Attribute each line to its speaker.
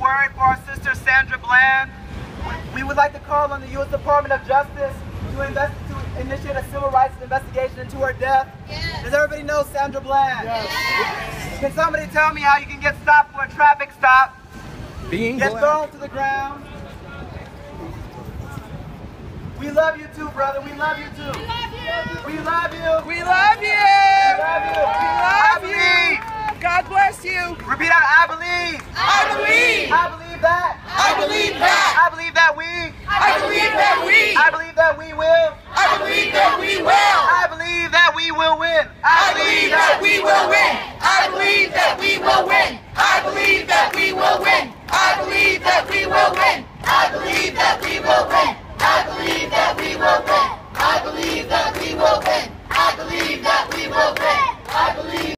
Speaker 1: word for our sister Sandra Bland. We would like to call on the U.S. Department of Justice to, invest, to initiate a civil rights investigation into her death. Does everybody know Sandra Bland? Can somebody tell me how you can get stopped for a traffic stop,
Speaker 2: Being
Speaker 1: get
Speaker 2: black.
Speaker 1: thrown to the ground? We love you too, brother. We love you too. We love you.
Speaker 3: We love you.
Speaker 1: We love you.
Speaker 3: love you.
Speaker 1: I
Speaker 3: God bless you.
Speaker 1: believe. Repeat out. I believe.
Speaker 3: I believe.
Speaker 1: I believe that.
Speaker 3: I believe that.
Speaker 1: I believe that we.
Speaker 3: I believe that we.
Speaker 1: I believe that we will.
Speaker 3: I believe that we will.
Speaker 1: I believe that we will win.
Speaker 3: I believe that we will win. I believe